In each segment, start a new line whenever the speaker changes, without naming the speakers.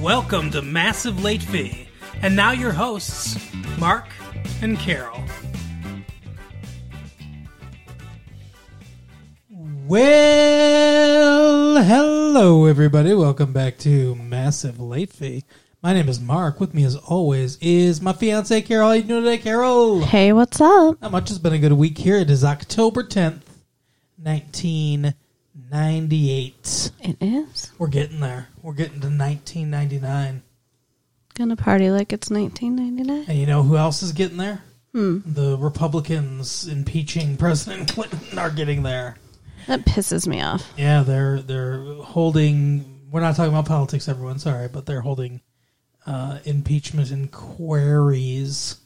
Welcome to Massive Late Fee. And now your hosts, Mark and Carol. Well, hello everybody. Welcome back to Massive Late Fee. My name is Mark. With me as always is my fiance Carol. How you doing today, Carol?
Hey, what's up?
Not much. It's been a good week here. It is October 10th, 1998.
It is.
We're getting there. We're getting to 1999.
Gonna party like it's 1999.
And you know who else is getting there? The Republicans impeaching President Clinton are getting there.
That pisses me off.
Yeah, they're they're holding. We're not talking about politics, everyone. Sorry, but they're holding uh, impeachment inquiries.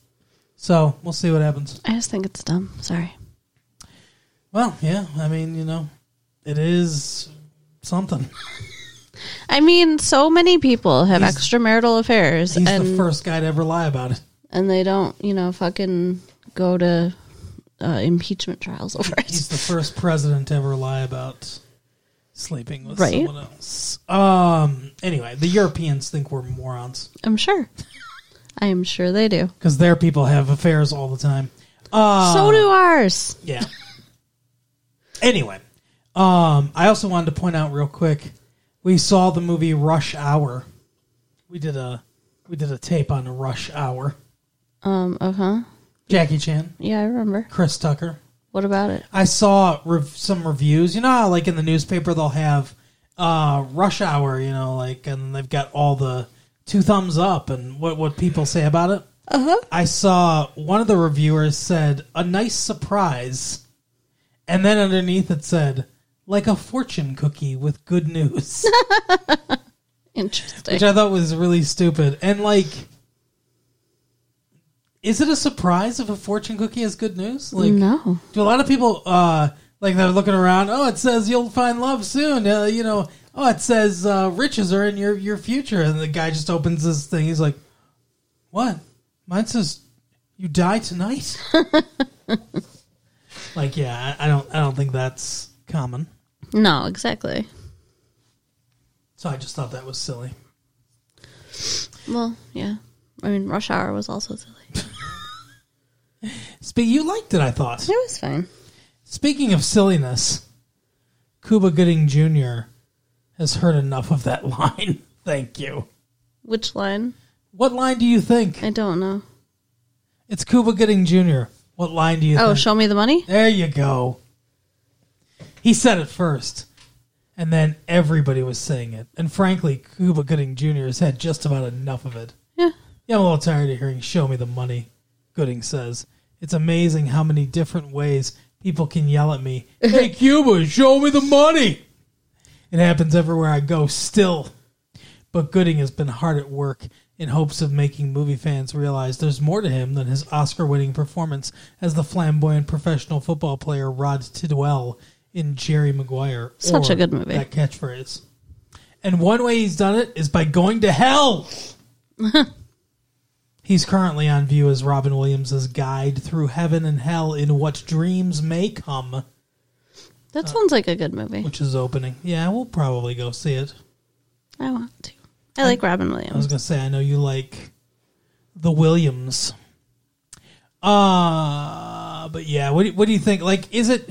So we'll see what happens.
I just think it's dumb. Sorry.
Well, yeah, I mean, you know, it is something.
I mean, so many people have
He's-
extramarital affairs
He's the
and
first guy to ever lie about it.
and they don't, you know, fucking go to uh, impeachment trials over it.
He's the first president to ever lie about sleeping with
Right.
someone else. Um. Anyway, the Europeans think we're morons
I'm sure. I am sure they do.
because their people have affairs all the time. Uh,
so do ours.
Yeah. anyway, um, I also wanted to point out real quick, we saw the movie Rush Hour. We did a we did a tape on Rush Hour.
Um, uh huh.
Jackie Chan,
Yeah, I remember.
Chris Tucker.
What about it?
I saw rev- some reviews. You know how, like, in the newspaper, they'll have uh, rush hour, you know, like, and they've got all the two thumbs up and what, what people say about it? Uh huh. I saw one of the reviewers said, a nice surprise. And then underneath it said, like a fortune cookie with good news,
Interesting.
which I thought was really stupid. And, like, is it a surprise if a fortune cookie has good news? Like,
no.
do a lot of people uh like they're looking around? Oh, it says you'll find love soon. Uh, you know, oh, it says uh, riches are in your your future. And the guy just opens this thing. He's like, "What? Mine says you die tonight." like, yeah, I, I don't, I don't think that's common.
No, exactly.
So I just thought that was silly.
Well, yeah. I mean, rush hour was also silly. It
Spe- you liked it, I thought.
was fine.
Speaking of silliness, Cuba Gooding Jr. has heard enough of that line. Thank you.
Which line?
What line do you think?
I don't know.
It's Cuba Gooding Jr. What line do you
Oh,
think?
show me the money?
there you go. He said it first, and then everybody was saying it. And frankly, Cuba Gooding Jr. has had just about enough of it.
Yeah.
Yeah, I'm a little tired of hearing "Show me the money." Gooding says it's amazing how many different ways people can yell at me. Hey, Cuba, show me the money. It happens everywhere I go. Still, but Gooding has been hard at work in hopes of making movie fans realize there's more to him than his Oscar-winning performance as the flamboyant professional football player Rod Tidwell in Jerry Maguire.
Such a
or
good movie.
That catchphrase. And one way he's done it is by going to hell. He's currently on view as Robin Williams' guide through heaven and hell in What Dreams May Come, Uh,
That sounds like a good movie.
which is opening. Yeah, we'll probably go see it.
I want to. I like Robin
I uh, was
Williams.
gonna say I know you like the Williams. Uh but yeah, what do, what do you think? Like, is it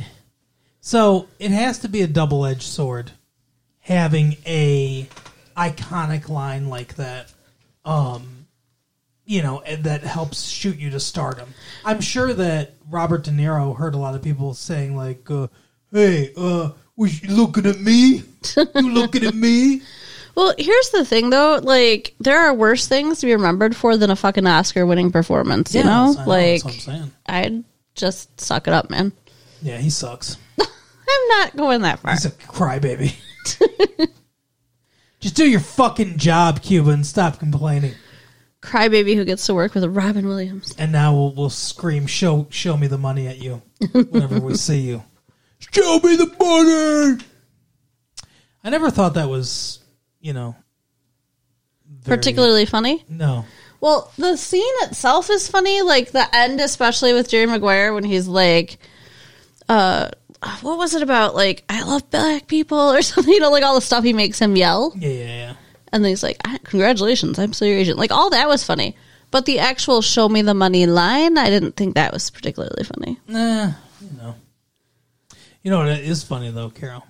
so? It has to be a double edged sword having a iconic line like that. Um, you know, and that helps shoot you to stardom. I'm sure that Robert De Niro heard a lot of people saying like, uh, "Hey, uh, was you looking at me? You looking at me?"
Well, here's the thing though, like there are worse things to be remembered for than a fucking Oscar winning performance, you
Yeah,
know?
that's- I that's
Like
what I'm saying.
I'd just suck it up, man.
Yeah, he sucks.
I'm not going that far.
He's a crybaby. Just do your fucking job, Cuba, and stop complaining.
Crybaby who gets to work with Robin Williams.
And now we'll, we'll scream, "Show, show me the money at you!" Whenever we see you, show me the money. I never thought that was, you know, very-
Particularly funny.
No,
Well, the scene itself is funny, like the end, especially with Jerry Maguire when he's like, uh, what was it about? Like, I love black people or something, you know, like all the stuff he makes him yell.
yeah, yeah, yeah.
And then he's like, "Ah, congratulations, I'm still your agent. Like, all that was funny. But the actual show me the money line, I didn't think that was particularly funny.
Nah, Eh, you know. You know what is funny though, Carol?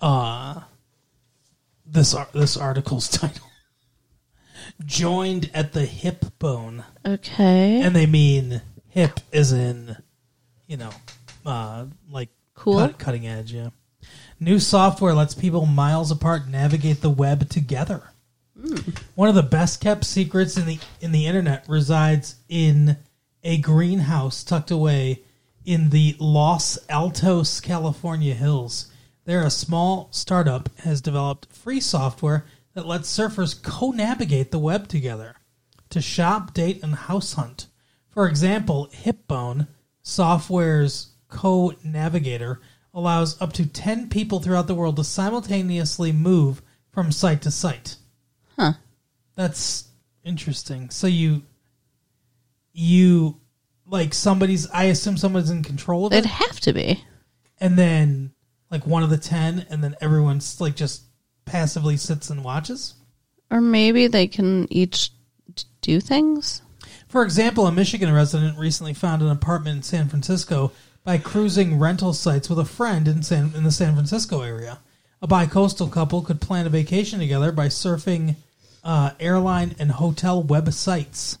Uh this ar- this article's title joined at the hip bone,
Okay.
and they mean hip as in, you know, uh, like
Cool.
cut- cutting edge. Yeah. New software lets people miles apart navigate the web together. One of the best kept secrets in the in the internet resides in a greenhouse tucked away in the Los Altos, California hills. There, a small startup has developed free software that lets surfers co-navigate the web together to shop, date, and house hunt. For example, Hipbone, software's co-navigator, allows up to 10 people throughout the world to simultaneously move from site to site. That's interesting. So you, you, like somebody's. I assume someone's in control of
It'd
it,
have to be.
and then like one of the ten, and then everyone's like just passively sits and watches.
Or maybe they can each d- do things.
For example, a Michigan resident recently found an apartment in San Francisco by cruising rental sites with a friend in San in the San Francisco area. A bicoastal couple could plan a vacation together by surfing uh, airline and hotel websites.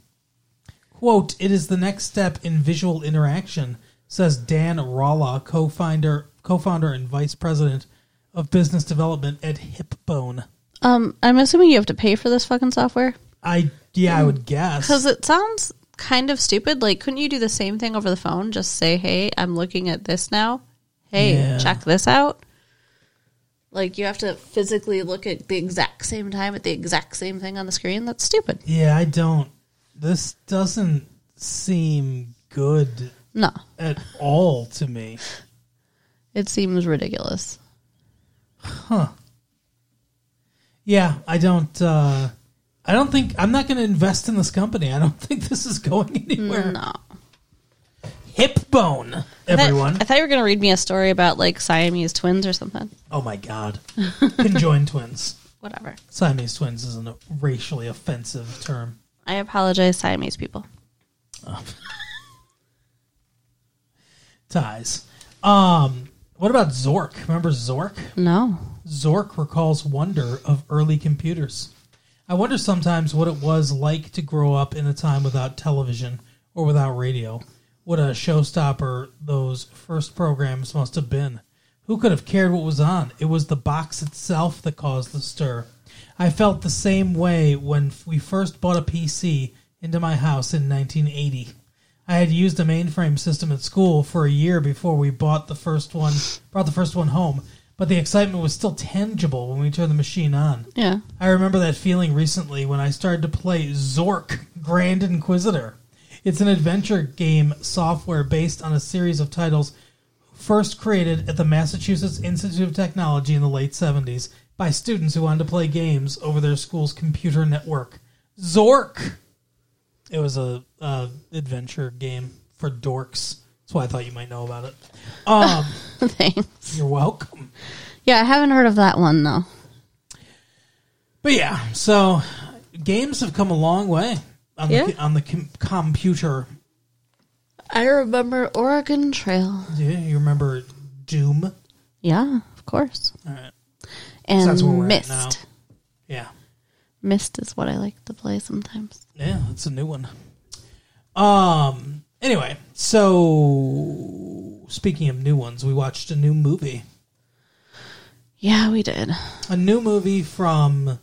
Quote, it is the next step in visual interaction, says Dan Rala, co-founder, co-founder and vice president of business development at Hipbone.
Um, I'm assuming you have to pay for this fucking software.
I, yeah, I would guess.
Because it sounds kind of stupid. Like, couldn't you do the same thing over the phone? Just say, hey, I'm looking at this now. Hey,
Yeah.
check this out. Like, you have to physically look at the exact same time at the exact same thing on the screen. That's stupid.
Yeah, I don't. This doesn't seem good
No,
at all to me.
it seems ridiculous.
Yeah, I don't. Uh, I don't think I'm not going to invest in this company. I don't think this is going anywhere.
No.
Hip bone,
I thought-
everyone.
I thought you were going to read me a story about, like, Siamese twins or something.
oh my god, conjoined twins.
Whatever.
Siamese twins isn't a racially offensive term.
I apologize, Siamese people.
Ties. Um, what about Zork? Remember Zork?
No.
Zork recalls wonder of early computers. I wonder sometimes what it was like to grow up in a time without television or without radio. What a showstopper those first programs must have been. Who could have cared what was on? It was the box itself that caused the stir. I felt the same way when we first bought a PC into my house in 1980. I had used a mainframe system at school for a year before we bought the first one, brought the first one home, but the excitement was still tangible when we turned the machine on.
Yeah.
I remember that feeling recently when I started to play Zork Grand Inquisitor. It's an adventure game software based on a series of titles first created at the Massachusetts Institute of Technology in the late 70s by students who wanted to play games over their school's computer network. Zork! It was a uh, adventure game for dorks. That's why I thought you might know about it. Um,
Thanks.
you're welcome.
Yeah, I haven't heard of that one, though.
But yeah, so games have come a long way on
Yeah.
the on the com- computer.
I remember Oregon Trail.
Yeah, you remember Doom?
Yeah, of course.
All right.
And
that's where we're at
Mist.
now. Yeah,
Mist is what I like to play sometimes.
yeah, that's a new one. Um. Anyway, so speaking of new ones, we watched a new movie,
Yeah, we did.
a new movie from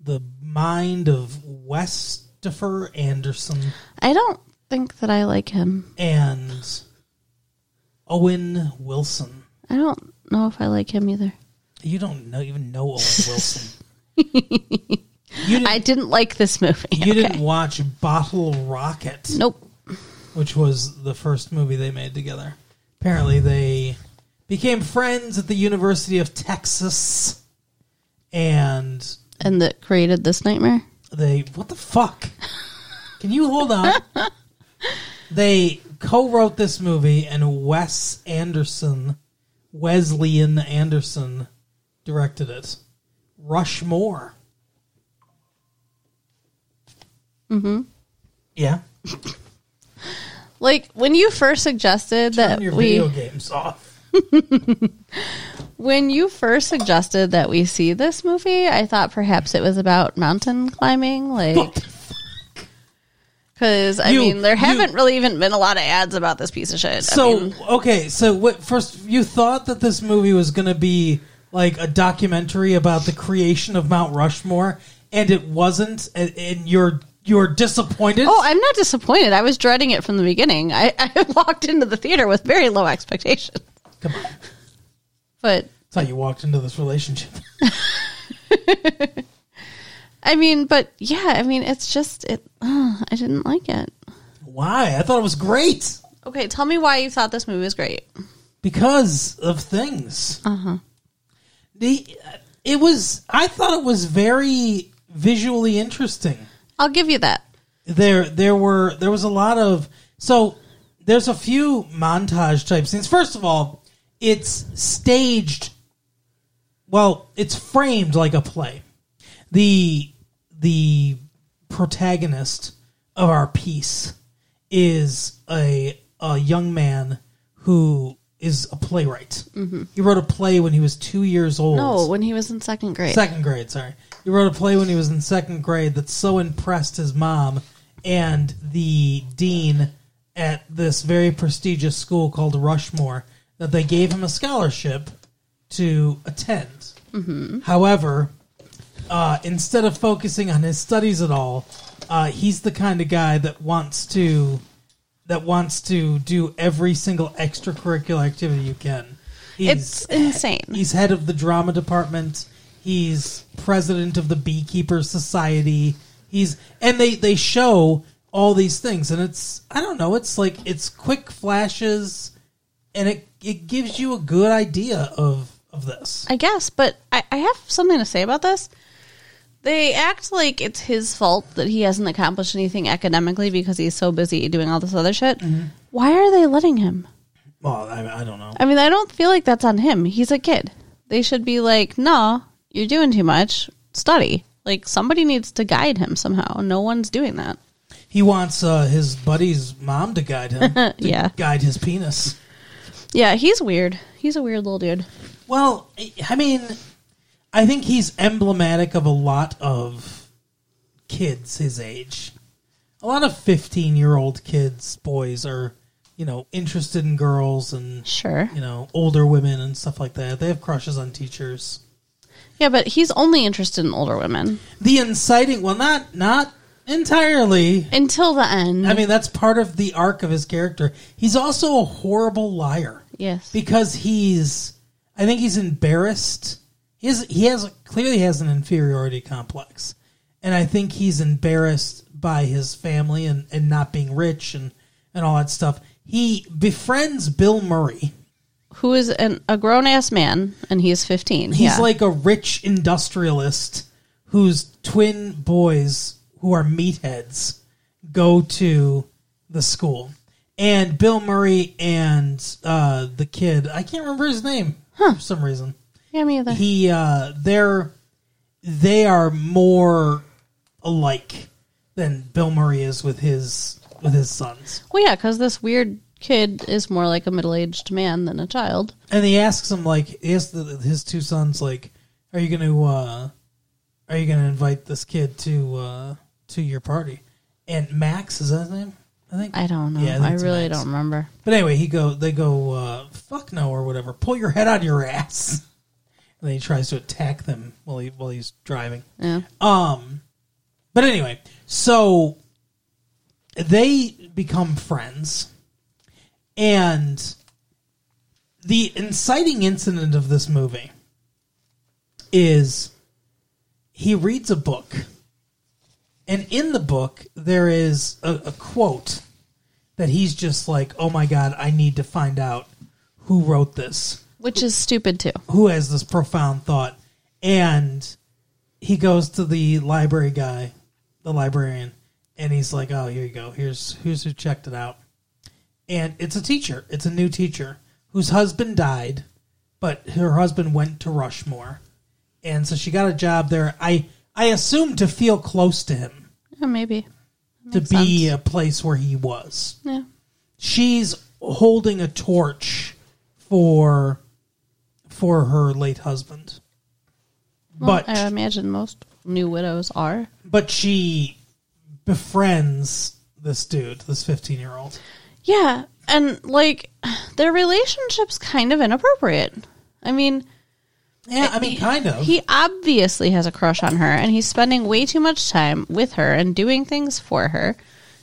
the mind of Westifer Anderson
I don't think that I like him.
and Owen Wilson.
I don't know if I like him either.
You don't know even know Owen Wilson. you didn't,
I didn't like this movie.
you
okay?
didn't watch Bottle Rocket,
Nope.
which was the first movie they made together. Apparently, they became friends at the University of Texas, and
And that created this nightmare.
they what the fuck? Can you hold on? they co-wrote this movie, and Wes Anderson, Wesleyan Anderson, directed it. Rushmore.
Mm-hmm.
Yeah.
Like when you first suggested that
Turn your
we
video games off.
when you first suggested that we see this movie, I thought perhaps it was about mountain climbing, like because I
You-
mean there
you-
haven't really even been a lot of ads about this piece of shit. I
So
mean,
okay, so what? First, you thought that this movie was going to be like a documentary about the creation of Mount Rushmore, and it wasn't, and, and you're you're disappointed.
oh, I'm not disappointed. I was dreading it from the beginning. I, I walked into the theater with very low expectations,
Come on.
but
That's how you walked into this relationship.
I mean, but yeah, I mean it's just it. Uh, I didn't like it.
Why? I thought it was great
Okay, tell me why you thought this movie was great.
because of things. Uh huh.
Uh-huh.
The it was. I thought it was very visually interesting.
I'll give you that.
there there were there was a lot of so there's a few montage type scenes. First of all, it's staged well, it's framed like a play. The the protagonist of our piece is a a young man who is a playwright. He wrote a play when he was two years old.
No, when he was in second grade.
Second grade, sorry. He wrote a play when he was in second grade that so impressed his mom and the dean at this very prestigious school called Rushmore that they gave him a scholarship to attend. However, uh, instead of focusing on his studies at all, uh, he's the kind of guy that wants to that wants to do every single extracurricular activity you can. He's,
it's insane.
He's head of the drama department. He's president of the Beekeepers Society. He's and they they show all these things and it's I don't know, it's like it's quick flashes and it it gives you a good idea of of this.
I guess, but I, I have something to say about this. They act like it's his fault that he hasn't accomplished anything academically because he's so busy doing all this other shit. Why are they letting him?
Well, I, I don't know.
I mean, I don't feel like that's on him. He's a kid. They should be like, no, you're doing too much. Study. Like, somebody needs to guide him somehow. No one's doing that.
He wants uh, his buddy's mom to guide him. to
Yeah.
Guide his penis.
Yeah, he's weird. He's a weird little dude.
Well, I- I mean, I think he's emblematic of a lot of kids his age. A lot of 15 year old kids, boys, are, you know, interested in girls and,
Sure.
you know, older women and stuff like that. They have crushes on teachers.
Yeah, but he's only interested in older women
The inciting, well, not, not entirely.
until the end.
I mean, that's part of the arc of his character. He's also a horrible liar.
yes.
because he's i think he's embarrassed he has, he has clearly has an inferiority complex and i think he's embarrassed by his family and, and not being rich and, and all that stuff he befriends bill murray
who is an, a grown ass man and he is 15.
he's
yeah.
like a rich industrialist whose twin boys who are meatheads go to the school and bill murray and uh, the kid i can't remember his name for some reason
yeah, me either.
he uh they're they are more alike than Bill Murray is with his with his sons.
well, yeah, because this weird kid is more like a middle aged man than a child.
And he asks him like he asks the, his two sons like are you going to uh are you going to invite this kid to uh to your party? And Max is that his name? I think.
I don't know.
Yeah, think
I
it's
really
Max.
don't remember.
But anyway, he go they go uh fuck no or whatever. Pull your head out of your ass. And then he tries to attack them while he while he's driving.
Yeah.
Um, but anyway, so they become friends, and the inciting incident of this movie is he reads a book, and in the book there is a, a quote that he's just like, "Oh my god, I need to find out who wrote this."
Which is stupid too.
who has this profound thought and he goes to the library guy the librarian and he's like oh here you go here's here's who checked it out and it's a teacher it's a new teacher whose husband died but her husband went to rushmore and so she got a job there i i assume to feel close to him
Yeah, maybe.
to be a place where he was.
Yeah.
She's holding a torch for for her late husband.
Well,
but
I imagine most new widows are.
but she befriends this dude, this 15-year-old.
Yeah, and like their relationship's kind of inappropriate. I mean,
Yeah, I mean kind of.
he obviously has a crush on her and he's spending way too much time with her and doing things for her.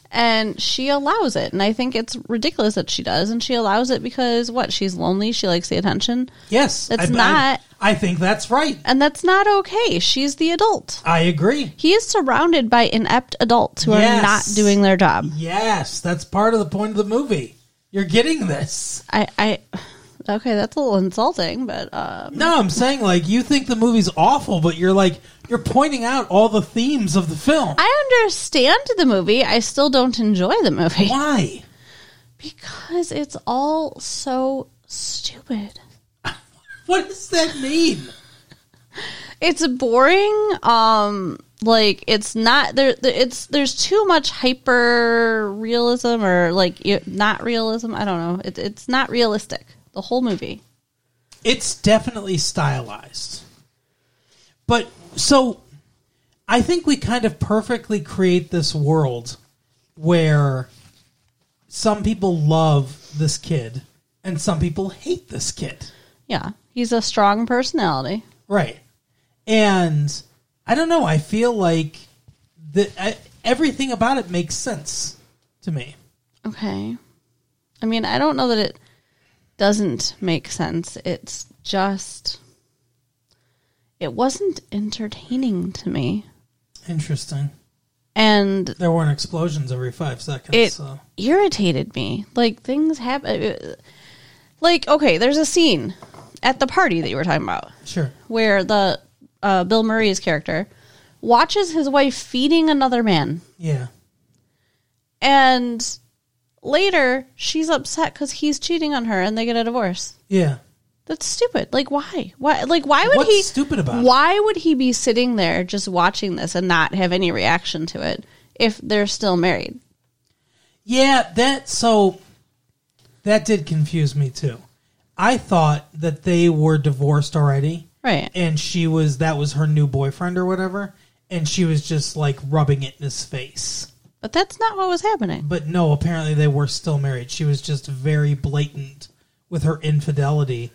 And she allows it. And I think it's ridiculous that she does. And she allows it because what? She's lonely. She likes the attention.
yes.
It's
I- I-
not-
I think that's right.
And that's not okay. She's the adult.
I agree.
He is surrounded by inept adults who
Yes.
are not doing their job.
Yes, that's part of the point of the movie. You're getting this.
I, I, okay, that's a little insulting, but, uh,
No, I'm saying like you think the movie's awful, but you're like you're pointing out all the themes of the film.
I understand the movie. I still don't enjoy the movie
Why?
because it's all so stupid.
What does that mean?
It's boring. Um, like it's not there. there- It's there's too much hyper realism or like y- not realism. I don't know. It, it's not realistic. The whole movie.
It's definitely stylized. But so I think we kind of perfectly create this world where some people love this kid and some people hate this kid.
Yeah, he's a strong personality.
Right. And I don't know. I feel like the, I, everything about it makes sense to me.
Okay. I mean, I don't know that it doesn't make sense. It's just it wasn't entertaining to me.
Interesting.
And
There weren't explosions every five seconds.
it
so.
irritated me. Like things happen like okay, there's a scene at the party that you were talking about
Sure.
where the uh, Bill Murray's character watches his wife feeding another man.
Yeah.
And later she's upset cuz he's cheating on her and they get a divorce.
Yeah.
That's stupid. Like why? Why like why would
What's
he
stupid about it?
Why would he be sitting there just watching this and not have any reaction to it if they're still married?
Yeah, that so that did confuse me too. I thought that they were divorced already
Right.
and she was that was her new boyfriend or whatever and she was just like rubbing it in his face.
But that's not what was happening.
But no, apparently they were still married. She was just very blatant with her infidelity.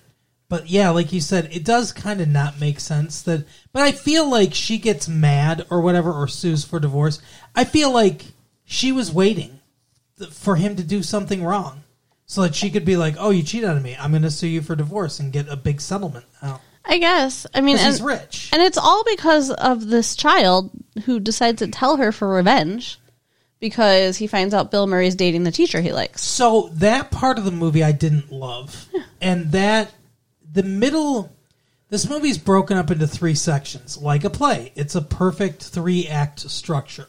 But yeah, like you said, it does kind of not make sense that. But I feel like she gets mad or whatever or sues for divorce. I feel like she was waiting th- for him to do something wrong so that she could be like, oh, you cheated on me. I'm going to sue you for divorce and get a big settlement out.
I guess. I mean
Because he's
and,
rich.
and it's all because of this child who decides to tell her for revenge because he finds out Bill Murray's dating the teacher he likes.
So that part of the movie I didn't love, and that the middle. This movie's broken up into three sections, like a play. It's a perfect three act structure.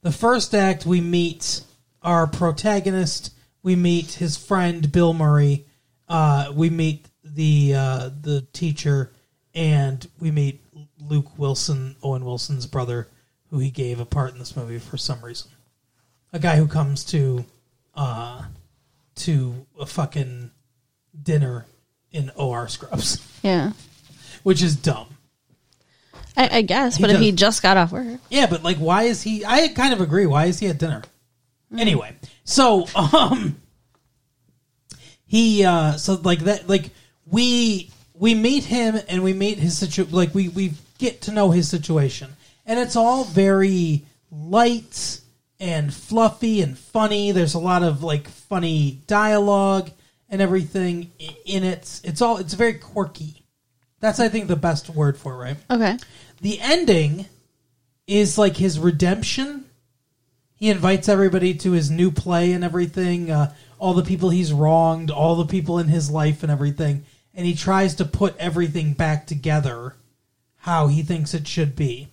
The first act, we meet our protagonist, we meet his friend Bill Murray, uh, we meet the uh, the teacher, and we meet Luke Wilson, Owen Wilson's brother, who he gave a part in this movie for some reason. A guy who comes to uh, to a fucking dinner in OR scrubs,
Yeah.
which is dumb.
I, I guess, but if
does.
he just got off work.
Yeah, but like, why is he? I kind of agree. Why is he at dinner? Anyway, so um, he uh, so like that like we we meet him and we meet his situ like we we get to know his situation and it's all very light and fluffy and funny. There's a lot of like funny dialogue and everything i- in it. It's all it's very quirky. That's I think the best word for it, right?
Okay.
the ending is like his redemption. He invites everybody to his new play and everything, uh, all the people he's wronged, all the people in his life and everything, and he tries to put everything back together how he thinks it should be.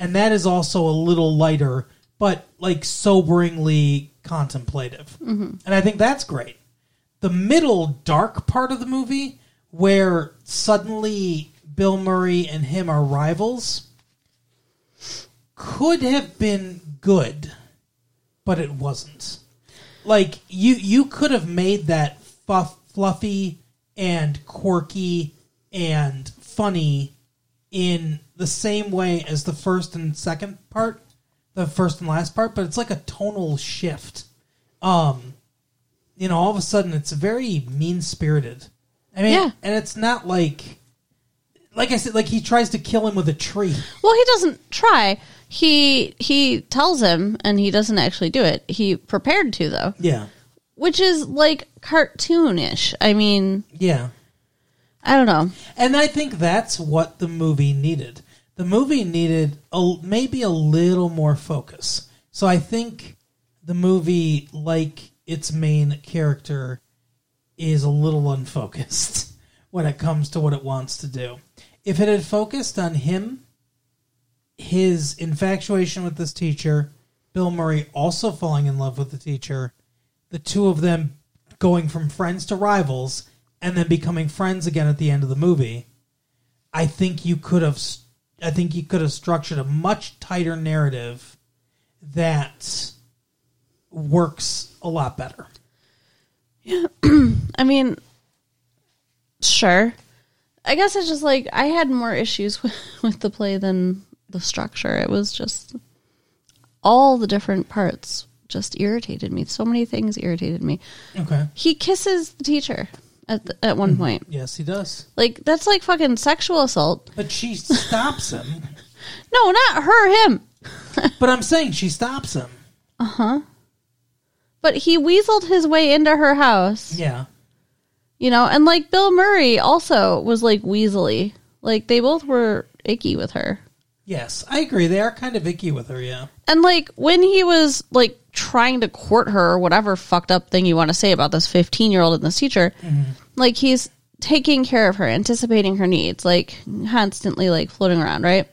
And that is also a little lighter, but like soberingly contemplative. And I think that's great the middle dark part of the movie where suddenly Bill Murray and him are rivals could have been good but it wasn't. Like you you could have made that fuff, fluffy and quirky and funny in the same way as the first and second part, the first and last part, but it's like a tonal shift. Um you know, all of a sudden it's very mean-spirited. I mean,
Yeah.
and it's not like like I said like he tries to kill him with a tree.
Well, he doesn't try. He he tells him, and he doesn't actually do it. He prepared to though,
Yeah.
which is like cartoonish. I mean,
Yeah.
I don't know.
And I think that's what the movie needed. The movie needed a, maybe a little more focus. So I think the movie, like its main character, is a little unfocused when it comes to what it wants to do. If it had focused on him, his infatuation with this teacher, Bill Murray also falling in love with the teacher, the two of them going from friends to rivals and then becoming friends again at the end of the movie, I think you could have I think you could have structured a much tighter narrative that works a lot better.
I mean, sure. I guess it's just like I had more issues with, with the play than the structure. It was just all the different parts just irritated me. So many things irritated me.
Okay.
He kisses the teacher at the, at one point.
Yes, he does.
Like that's like fucking sexual assault.
But she stops him.
No, not her, him.
but I'm saying she stops him.
But he weaseled his way into her house,
Yeah.
you know, and like Bill Murray also was like weaselly. Like they both were icky with her.
Yes, I agree. They are kind of icky with her, yeah.
And like when he was like trying to court her or whatever fucked up thing you want to say about this 15 year old and this teacher, like he's taking care of her, anticipating her needs, like constantly like floating around, right?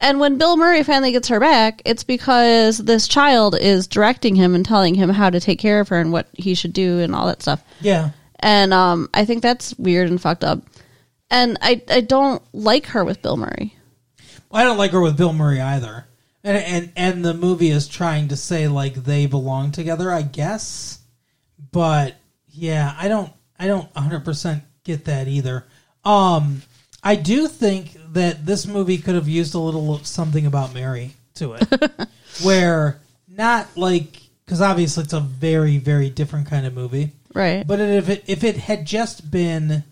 And when Bill Murray finally gets her back, it's because this child is directing him and telling him how to take care of her and what he should do and all that stuff.
Yeah.
And um, I think that's weird and fucked up. And I, I don't like her with Bill Murray.
I don't like her with Bill Murray either. And and and the movie is trying to say like they belong together, I guess. But yeah, I don't I don't 100% get that either. Um I do think that this movie could have used a little something about Mary to it. where not like cuz obviously it's a very very different kind of movie.
Right.
But if it if it had just been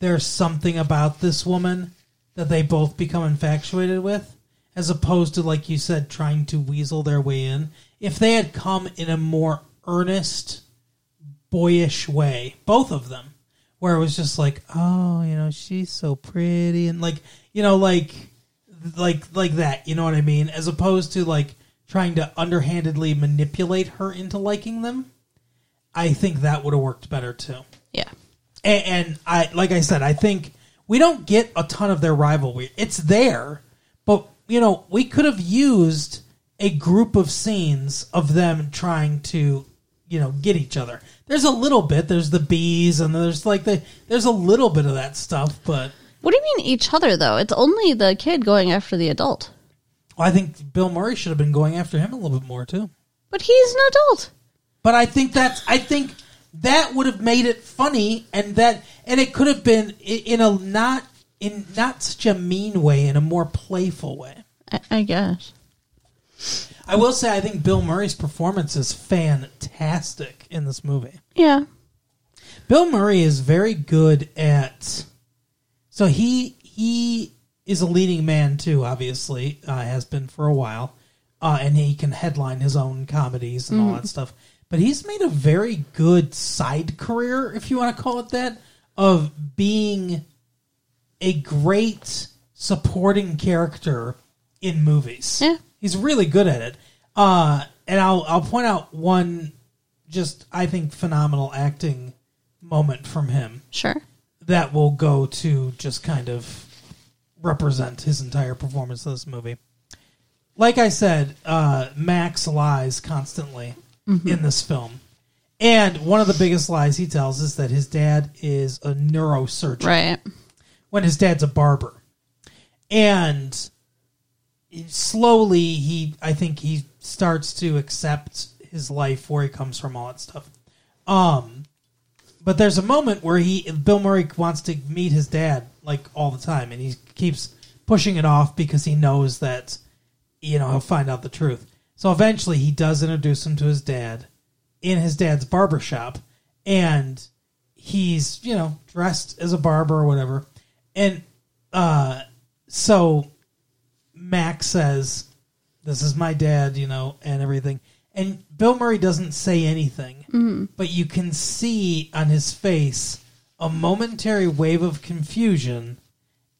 there's something about this woman that they both become infatuated with, as opposed to like you said, trying to weasel their way in. If they had come in a more earnest, boyish way, both of them, where it was just like, oh, you know, she's so pretty, and like, you know, like, like, like that. You know what I mean? As opposed to like trying to underhandedly manipulate her into liking them. I think that would have worked better too.
yeah.
And, and I, like I said, I think we don't get a ton of their rivalry. It's there, but you know, we could have used a group of scenes of them trying to, you know, get each other. There's a little bit. There's the bees, and there's like the there's a little bit of that stuff. But
What do you mean each other though? It's only the kid going after the adult.
I think Bill Murray should have been going after him a little bit more too.
But he's an adult.
But I think that's I think that would have made it funny, and that and it could have been i- in a not in not such a mean way, in a more playful way.
I, I guess.
I will say, I think Bill Murray's performance is fantastic in this movie.
Yeah.
Bill Murray is very good at. So he he is a leading man too. Obviously, uh, has been for a while, uh, and he can headline his own comedies and all that stuff. But he's made a very good side career, if you want to call it that, of being a great supporting character in movies.
Yeah.
He's really good at it. Uh, and I'll I'll point out one just I think phenomenal acting moment from him
Sure.
that will go to just kind of represent his entire performance of this movie. Like I said, uh, Max lies constantly in this film. And one of the biggest lies he tells is that his dad is a neurosurgeon
Right.
when his dad's a barber. And slowly he I think he starts to accept his life where he comes from all that stuff. Um but there's a moment where he Bill Murray wants to meet his dad like all the time and he keeps pushing it off because he knows that you know he'll find out the truth. So eventually he does introduce him to his dad in his dad's barber shop and he's, you know, dressed as a barber or whatever. And uh so Max says, "This is my dad," you know, and everything. And Bill Murray doesn't say anything, but you can see on his face a momentary wave of confusion,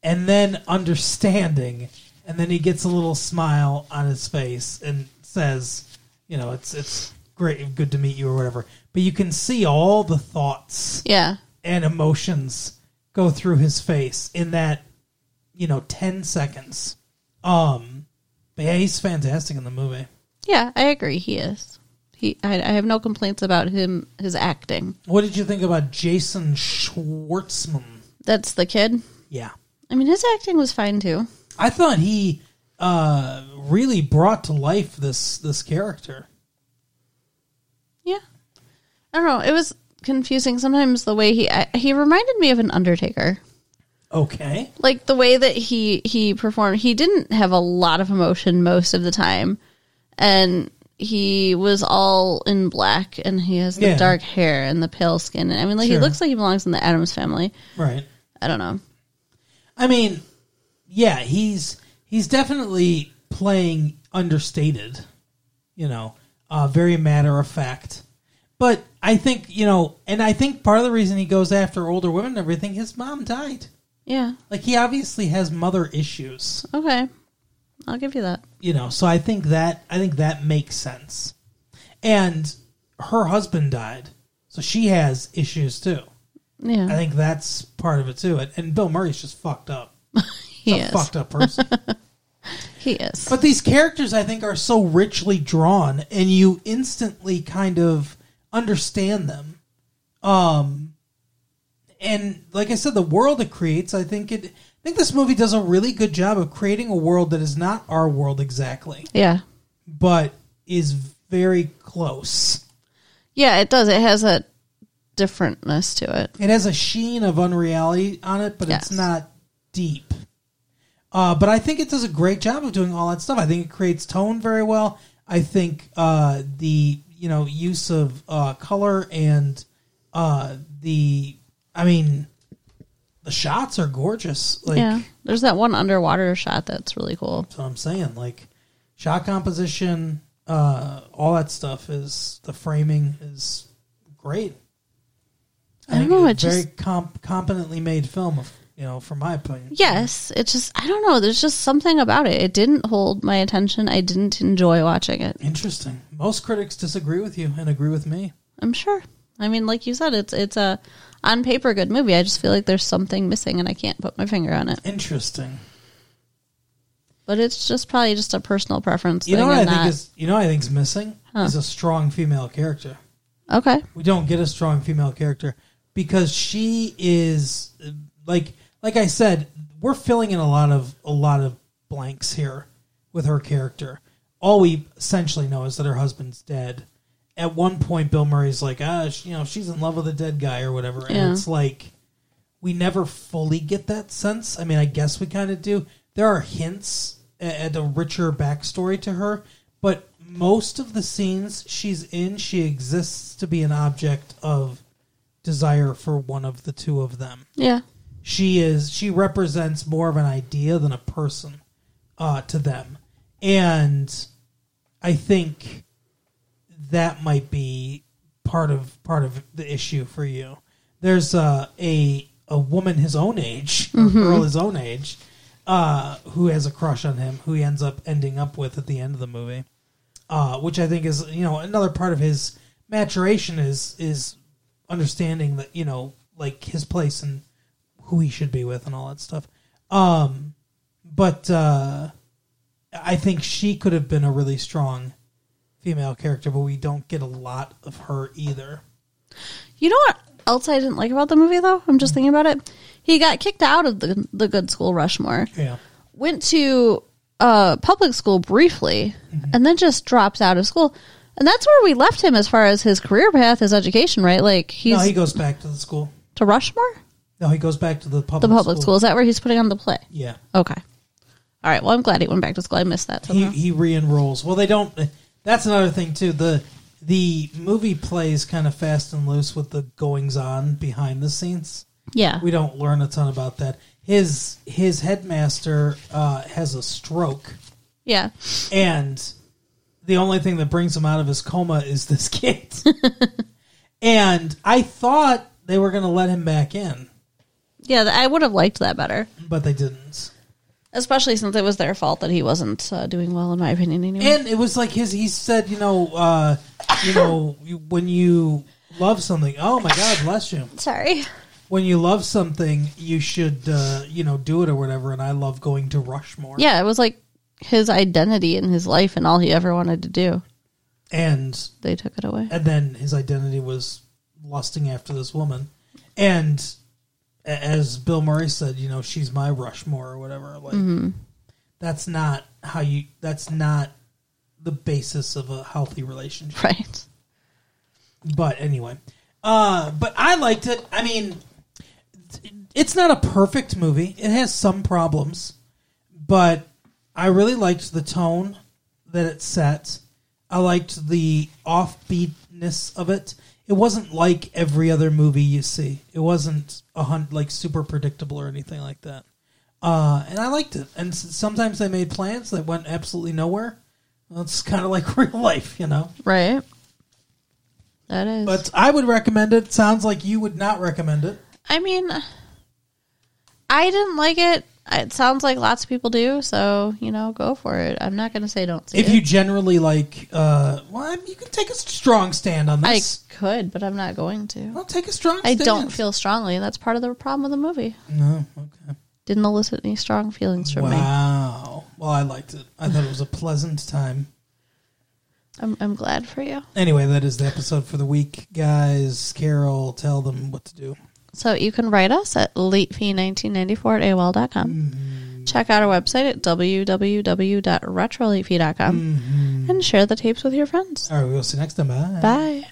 and then understanding, and then he gets a little smile on his face and says, "You know, it's it's great, good to meet you," or whatever. But you can see all the thoughts
Yeah.
and emotions go through his face in that you know 10 seconds um but yeah he's fantastic in the movie
Yeah, I agree. He is. He. I, I have no complaints about him. His acting.
what did you think about jason schwartzman
That's the kid.
yeah
I mean, his acting was fine too.
i thought he uh really brought to life this this character
Yeah. I don't know. It was confusing sometimes the way he I, he reminded me of an Undertaker.
okay
Like the way that he he performed. He didn't have a lot of emotion most of the time, and he was all in black, and he has the
Yeah.
dark hair and the pale skin. I mean, like he
Sure.
looks like he belongs in the Adams family.
right
I don't know.
i mean yeah he's he's definitely playing understated you know, uh, very matter of fact. But I think you know, and I think part of the reason he goes after older women and everything, his mom died.
Yeah.
Like he obviously has mother issues,
Okay. I'll give you that.
you know. So I think that I think that makes sense. And her husband died, so she has issues too. I
Yeah.
think that's part of it too. And- And Bill Murray's just fucked up,
He
a
is.
fucked up person.
He is.
But these characters, I think, are so richly drawn, and you instantly kind of understand them. Um, and like I said, the world it creates, I think it. I think this movie does a really good job of creating a world that is not our world exactly,
Yeah.
but is very close.
Yeah, it does. It has a differentness to it.
It has a sheen of unreality on it, but it's
Yes.
not deep. Uh, but I think it does a great job of doing all that stuff. I think it creates tone very well. I think uh, the you know use of uh, color and uh, the I mean the shots are gorgeous. Like
yeah. There's that one underwater shot that's really cool.
that's what I'm saying. Like shot composition, uh, all that stuff is the framing is great.
I
think
don't know,
it's
it
a very
just-
comp- competently made film. Of, you know, from my opinion,
Yes, it's just I don't know, there's just something about it. It didn't hold my attention. I didn't enjoy watching it.
interesting. Most critics disagree with you and agree with me.
I'm sure. I mean, like you said, it's it's a on paper good movie. I just feel like there's something missing and I can't put my finger on it.
Interesting.
But it's just probably just a personal preference
You know
thing
what I
and
think
not-
is you know what I think's missing is a strong female character.
Okay.
we don't get a strong female character because she is uh, like like I said, we're filling in a lot of a lot of blanks here with her character. All we essentially know is that her husband's dead. At one point, Bill Murray's like, ah, sh- you know, she's in love with a dead guy or whatever, and
Yeah.
it's like we never fully get that sense. I mean, I guess we kind of do. There are hints a- at a richer backstory to her, but most of the scenes she's in, she exists to be an object of desire for one of the two of them.
Yeah.
She is she represents more of an idea than a person uh, to them, and I think that might be part of part of the issue for you. There's uh, a a woman his own age, or girl his own age, uh, who has a crush on him, who he ends up ending up with at the end of the movie, uh, which I think is you know another part of his maturation is is understanding that you know like his place and who he should be with and all that stuff. Um, but uh, I think she could have been a really strong female character, but we don't get a lot of her either.
You know what else I didn't like about the movie though? I'm just thinking about it. He got kicked out of the the good school Rushmore.
Yeah.
Went to uh, public school briefly
Mm-hmm.
and then just drops out of school. And that's where we left him as far as his career path, his education, right? Like he's
no, he goes back to the school.
to Rushmore,
No, he goes back to the public
the public school. Is that where he's putting on the play?
Yeah.
Okay. All right. Well, I'm glad he went back to school. I missed that.
He
somehow.
he re-enrolls. Well, they don't That's another thing too. The the movie plays kind of fast and loose with the goings on behind the scenes.
yeah.
We don't learn a ton about that. His his headmaster uh, has a stroke
yeah.
and the only thing that brings him out of his coma is this kid. and I thought they were going to let him back in,
Yeah. th- I would have liked that better,
but they didn't.
especially since it was their fault that he wasn't uh, doing well, in my opinion, anyway.
And it was like his. He said, you know, uh, you know, you- when you love something, oh my God, bless you.
Sorry.
When you love something, you should, uh, you know, do it or whatever. And I love going to Rushmore.
Yeah. It was like his identity in his life and all he ever wanted to do.
And
They took it away.
and then his identity was lusting after this woman and a- as bill murray said you know she's my rushmore or whatever like that's not how you that's not the basis of a healthy relationship
Right.
but anyway uh but i liked it i mean it's not a perfect movie it has some problems but i really liked the tone that it set i liked the offbeatness of it it wasn't like every other movie you see it wasn't a hunt like super predictable or anything like that uh, and i liked it and s- sometimes they made plans that went absolutely nowhere it's kind of like real life you know
Right. That is.
but I would recommend it. Sounds like you would not recommend it.
I mean, I didn't like it. It sounds like lots of people do, so you know, go for it. I'm not going to say don't see
If
it.
you generally like, uh, well, I mean, you can take a strong stand on
I
this.
could, but I'm not going to.
well, take a strong.
I
stand.
don't feel strongly, and that's part of the problem with the movie.
No. Okay.
Didn't elicit any strong feelings from me.
Wow. Well, I liked it. I thought it was a pleasant time.
I'm, I'm glad for you.
Anyway, that is the episode for the week, guys. Carol, tell them what to do.
So you can write us at latefee1994 at AOL.com.
Mm-hmm.
Check out our website at www.retrolatefee.com and share the tapes with your friends.
Mm-hmm. All right, we'll see you next time. Bye.
Bye.